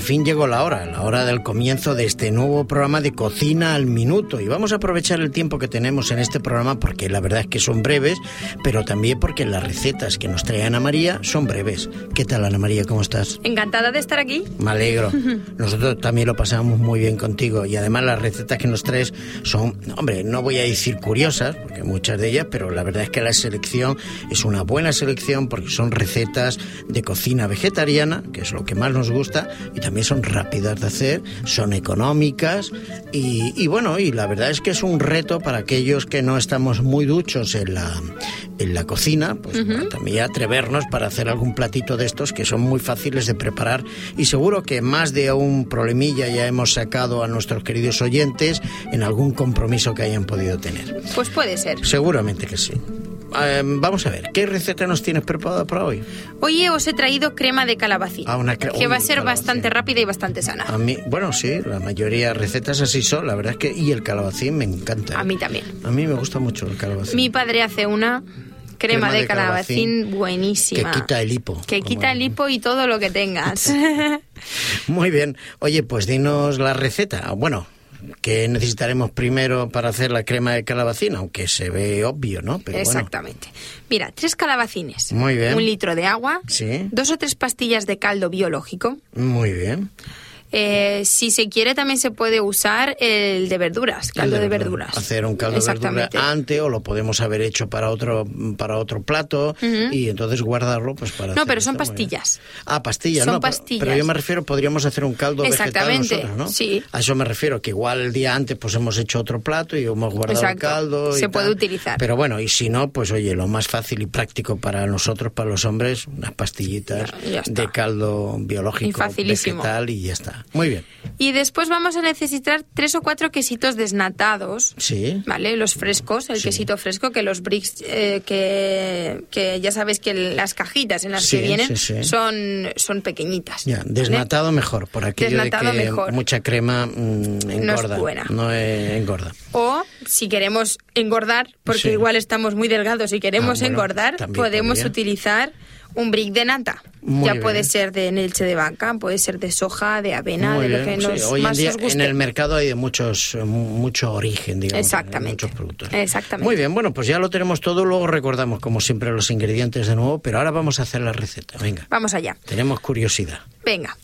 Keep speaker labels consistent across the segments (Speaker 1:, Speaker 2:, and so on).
Speaker 1: fin llegó la hora, la hora del comienzo de este nuevo programa de Cocina al Minuto. Y vamos a aprovechar el tiempo que tenemos en este programa porque la verdad es que son breves, pero también porque las recetas que nos trae Ana María son breves. ¿Qué tal, Ana María? ¿Cómo estás?
Speaker 2: Encantada de estar aquí.
Speaker 1: Me alegro. Nosotros también lo pasamos muy bien contigo y además las recetas que nos traes son, hombre, no voy a decir curiosas, porque muchas de ellas, pero la verdad es que la selección es una buena selección porque son recetas de cocina vegetariana, que es lo que más nos gusta, y también son rápidas de hacer, son económicas y, y bueno, y la verdad es que es un reto para aquellos que no estamos muy duchos en la, en la cocina, pues para también atrevernos para hacer algún platito de estos que son muy fáciles de preparar y seguro que más de un problemilla ya hemos sacado a nuestros queridos oyentes en algún compromiso que hayan podido tener.
Speaker 2: Pues puede ser.
Speaker 1: Seguramente que sí. Eh, vamos a ver, ¿qué receta nos tienes preparada para hoy?
Speaker 2: Hoy os he traído crema de calabacín,
Speaker 1: Ah, una cre-
Speaker 2: que va a
Speaker 1: uy,
Speaker 2: ser
Speaker 1: calabacín. Ah,
Speaker 2: bastante rápida y bastante sana.
Speaker 1: A mí, bueno, sí, la mayoría de recetas así son, la verdad es que... Y el calabacín me encanta. ¿eh?
Speaker 2: A mí también.
Speaker 1: A mí me gusta mucho el calabacín.
Speaker 2: Mi padre hace una crema,
Speaker 1: Crema
Speaker 2: de,
Speaker 1: de
Speaker 2: calabacín,
Speaker 1: calabacín
Speaker 2: buenísima.
Speaker 1: que quita el hipo,
Speaker 2: Que
Speaker 1: como
Speaker 2: quita el
Speaker 1: el-
Speaker 2: hipo y todo lo que tengas.
Speaker 1: Muy bien. Oye, pues dinos la receta. Ah, Bueno, que necesitaremos primero para hacer la crema de calabacín, aunque se ve obvio, ¿no? Pero bueno.
Speaker 2: Exactamente. Mira, tres calabacines.
Speaker 1: Muy bien.
Speaker 2: Un litro de agua.
Speaker 1: Sí.
Speaker 2: Dos o tres pastillas de caldo biológico.
Speaker 1: Muy bien.
Speaker 2: Eh, si se quiere, también se puede usar el de verduras, caldo de verduras.
Speaker 1: Hacer un caldo de verduras
Speaker 2: Exactamente.
Speaker 1: antes o lo podemos haber hecho para otro para otro plato y entonces guardarlo pues para
Speaker 2: No,
Speaker 1: hacer
Speaker 2: pero son
Speaker 1: esto, muy bien.
Speaker 2: pastillas.
Speaker 1: Ah, pastillas,
Speaker 2: Son
Speaker 1: no, pero- Pero,
Speaker 2: pastillas.
Speaker 1: yo me refiero podríamos hacer un caldo
Speaker 2: Exactamente,
Speaker 1: vegetal nosotros, ¿no?
Speaker 2: sí.
Speaker 1: A eso me refiero, que igual el día antes pues hemos hecho otro plato y hemos guardado el
Speaker 2: Exacto,
Speaker 1: caldo y
Speaker 2: se puede
Speaker 1: tal.
Speaker 2: utilizar.
Speaker 1: Pero bueno, y si no, pues oye, lo más fácil y práctico para nosotros, para los hombres, unas pastillitas
Speaker 2: Ya- ya está.
Speaker 1: de caldo biológico
Speaker 2: Y facilísimo.
Speaker 1: vegetal y ya está. Muy bien.
Speaker 2: Y después vamos a necesitar tres o cuatro quesitos desnatados.
Speaker 1: Sí.
Speaker 2: ¿Vale? Los frescos, el
Speaker 1: Sí.
Speaker 2: quesito fresco, que los bricks, eh, que, que ya sabes que las cajitas en las
Speaker 1: Sí,
Speaker 2: que vienen
Speaker 1: sí, sí.
Speaker 2: son, son pequeñitas.
Speaker 1: Ya,
Speaker 2: ¿vale?
Speaker 1: desnatado mejor, por aquello
Speaker 2: Desnatado
Speaker 1: de que
Speaker 2: mejor.
Speaker 1: mucha crema mm, engorda.
Speaker 2: buena.
Speaker 1: no, eh, engorda.
Speaker 2: O si queremos engordar, porque
Speaker 1: Sí.
Speaker 2: igual estamos muy delgados y queremos
Speaker 1: Ah, bueno,
Speaker 2: engordar,
Speaker 1: también
Speaker 2: podemos
Speaker 1: podría.
Speaker 2: utilizar un brick de nata.
Speaker 1: Muy
Speaker 2: ya
Speaker 1: bien.
Speaker 2: puede ser de leche de vaca, puede ser de soja, de avena,
Speaker 1: Muy
Speaker 2: de lo
Speaker 1: bien,
Speaker 2: que
Speaker 1: sí.
Speaker 2: nos
Speaker 1: Hoy en
Speaker 2: más
Speaker 1: día
Speaker 2: os guste.
Speaker 1: en el mercado hay de muchos eh, mu- mucho origen, digamos,
Speaker 2: Exactamente.
Speaker 1: de muchos productos.
Speaker 2: Exactamente.
Speaker 1: Muy bien, bueno, pues ya lo tenemos todo, luego recordamos como siempre los ingredientes de nuevo, pero ahora vamos a hacer la receta. Venga.
Speaker 2: Vamos allá.
Speaker 1: Tenemos curiosidad.
Speaker 2: Venga.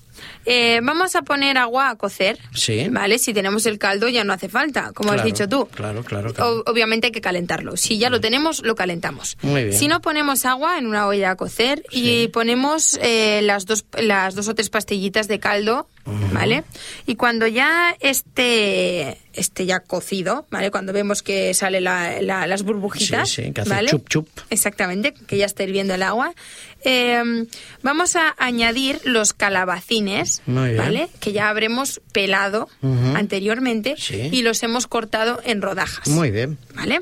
Speaker 2: Eh, vamos a poner agua a cocer.
Speaker 1: Sí.
Speaker 2: ¿Vale? Si tenemos el caldo ya no hace falta, como has
Speaker 1: Claro,
Speaker 2: dicho tú.
Speaker 1: claro, claro, claro. Mm.
Speaker 2: O- obviamente hay que calentarlo. Si ya lo tenemos, lo calentamos.
Speaker 1: Muy bien.
Speaker 2: Si no, ponemos agua en una olla a cocer y
Speaker 1: Sí.
Speaker 2: ponemos eh, las, dos, las dos o tres pastillitas de caldo, ¿vale? Y cuando ya esté, esté ya cocido, ¿vale? Cuando vemos que sale la- la- las burbujitas.
Speaker 1: Sí, sí, que hace
Speaker 2: ¿vale?
Speaker 1: chup, chup.
Speaker 2: Exactamente, que ya está hirviendo el agua. Eh, vamos a añadir los calabacines,
Speaker 1: Muy bien.
Speaker 2: ¿vale? Que ya habremos pelado
Speaker 1: Ujú.
Speaker 2: anteriormente
Speaker 1: Sí.
Speaker 2: y los hemos cortado en rodajas.
Speaker 1: Muy bien.
Speaker 2: ¿Vale?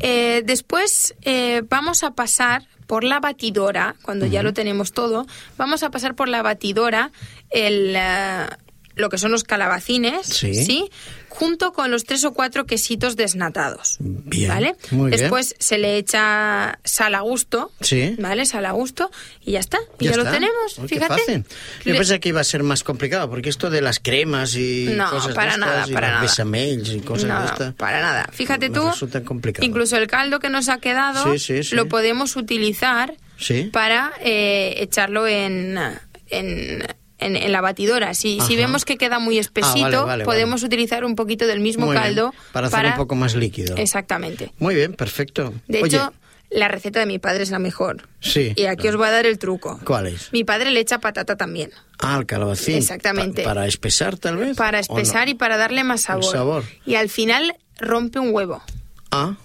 Speaker 2: Eh, después eh, vamos a pasar por la batidora, cuando ya lo tenemos todo, vamos a pasar por la batidora el, eh, lo que son los calabacines,
Speaker 1: Sí.
Speaker 2: Junto con los tres o cuatro quesitos desnatados.
Speaker 1: Bien,
Speaker 2: ¿Vale?
Speaker 1: muy bien.
Speaker 2: después se le echa sal a gusto.
Speaker 1: Sí.
Speaker 2: ¿Vale? Sal a gusto. Y ya está. Y ya, lo
Speaker 1: está.
Speaker 2: tenemos.
Speaker 1: Uy, qué
Speaker 2: fíjate.
Speaker 1: fácil. Yo
Speaker 2: Le-
Speaker 1: pensé que iba a ser más complicado, porque esto de las cremas y
Speaker 2: No,
Speaker 1: cosas de
Speaker 2: para
Speaker 1: estas,
Speaker 2: nada,
Speaker 1: y
Speaker 2: para
Speaker 1: los
Speaker 2: nada.
Speaker 1: besamels y cosas
Speaker 2: No,
Speaker 1: de
Speaker 2: no,
Speaker 1: estas.
Speaker 2: para nada. Fíjate
Speaker 1: me
Speaker 2: tú,
Speaker 1: resulta complicado.
Speaker 2: incluso el caldo que nos ha quedado
Speaker 1: Sí, sí, sí.
Speaker 2: lo podemos utilizar
Speaker 1: Sí.
Speaker 2: para eh, echarlo en, en, en- en la batidora. Si, si
Speaker 1: Ajá. Ah,
Speaker 2: vemos que queda muy espesito,
Speaker 1: vale, vale.
Speaker 2: podemos utilizar un poquito del mismo
Speaker 1: Muy bien,
Speaker 2: caldo
Speaker 1: para hacer un poco más líquido.
Speaker 2: Exactamente.
Speaker 1: Muy bien, perfecto.
Speaker 2: De
Speaker 1: Oye,
Speaker 2: hecho, la receta de mi padre es la mejor.
Speaker 1: Sí,
Speaker 2: Y aquí
Speaker 1: claro.
Speaker 2: os voy a dar el truco.
Speaker 1: ¿Cuál es?
Speaker 2: Mi padre le echa patata también.
Speaker 1: Ah, el calabacín.
Speaker 2: Exactamente.
Speaker 1: Pa- para espesar, tal vez.
Speaker 2: Para espesar y para darle más
Speaker 1: El
Speaker 2: sabor.
Speaker 1: sabor.
Speaker 2: Y al final rompe un huevo.
Speaker 1: Ah,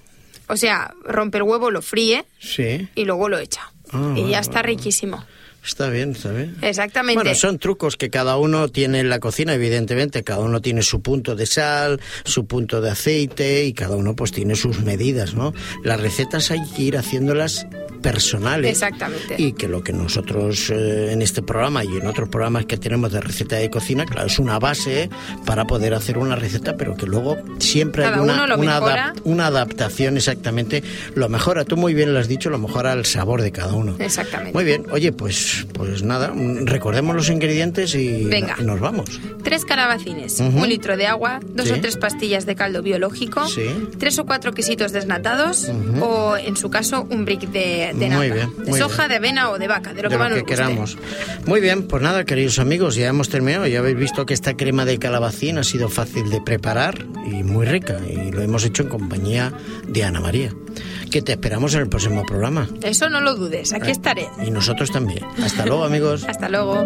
Speaker 2: O sea, rompe el huevo, lo fríe
Speaker 1: sí.
Speaker 2: y luego lo echa.
Speaker 1: Ah,
Speaker 2: y
Speaker 1: vale,
Speaker 2: ya está riquísimo.
Speaker 1: Está bien, está bien.
Speaker 2: Exactamente.
Speaker 1: Bueno, son trucos que cada uno tiene en la cocina, evidentemente. Cada uno tiene su punto de sal, su punto de aceite y cada uno pues tiene sus medidas, ¿no? Las recetas hay que ir haciéndolas personales.
Speaker 2: Exactamente.
Speaker 1: Y que lo que nosotros eh, en este programa y en otros programas que tenemos de receta de cocina, claro, es una base para poder hacer una receta, pero que luego siempre
Speaker 2: Cada
Speaker 1: hay una,
Speaker 2: uno lo
Speaker 1: una,
Speaker 2: mejora.
Speaker 1: una adaptación exactamente. Lo mejora, tú muy bien lo has dicho, lo mejora el sabor de cada uno.
Speaker 2: Exactamente.
Speaker 1: Muy bien, oye, pues, pues nada, mm, recordemos los ingredientes y
Speaker 2: Venga.
Speaker 1: no- nos vamos.
Speaker 2: Tres calabacines,
Speaker 1: Ujú.
Speaker 2: un litro de agua, dos
Speaker 1: Sí.
Speaker 2: o tres pastillas de caldo biológico,
Speaker 1: Sí.
Speaker 2: tres o cuatro quesitos desnatados o, en su caso, un brick de, de
Speaker 1: Muy
Speaker 2: nata,
Speaker 1: bien,
Speaker 2: de
Speaker 1: muy
Speaker 2: soja,
Speaker 1: bien.
Speaker 2: de avena o de vaca, de lo
Speaker 1: de
Speaker 2: que más
Speaker 1: lo que
Speaker 2: nos guste.
Speaker 1: queramos. Muy bien, pues nada, queridos amigos, ya hemos terminado. Ya habéis visto que esta crema de calabacín ha sido fácil de preparar y muy rica. Y lo hemos hecho en compañía de Ana María, que te esperamos en el próximo programa.
Speaker 2: Eso no lo dudes, aquí estaré.
Speaker 1: Y nosotros también. Hasta luego, amigos.
Speaker 2: Hasta luego.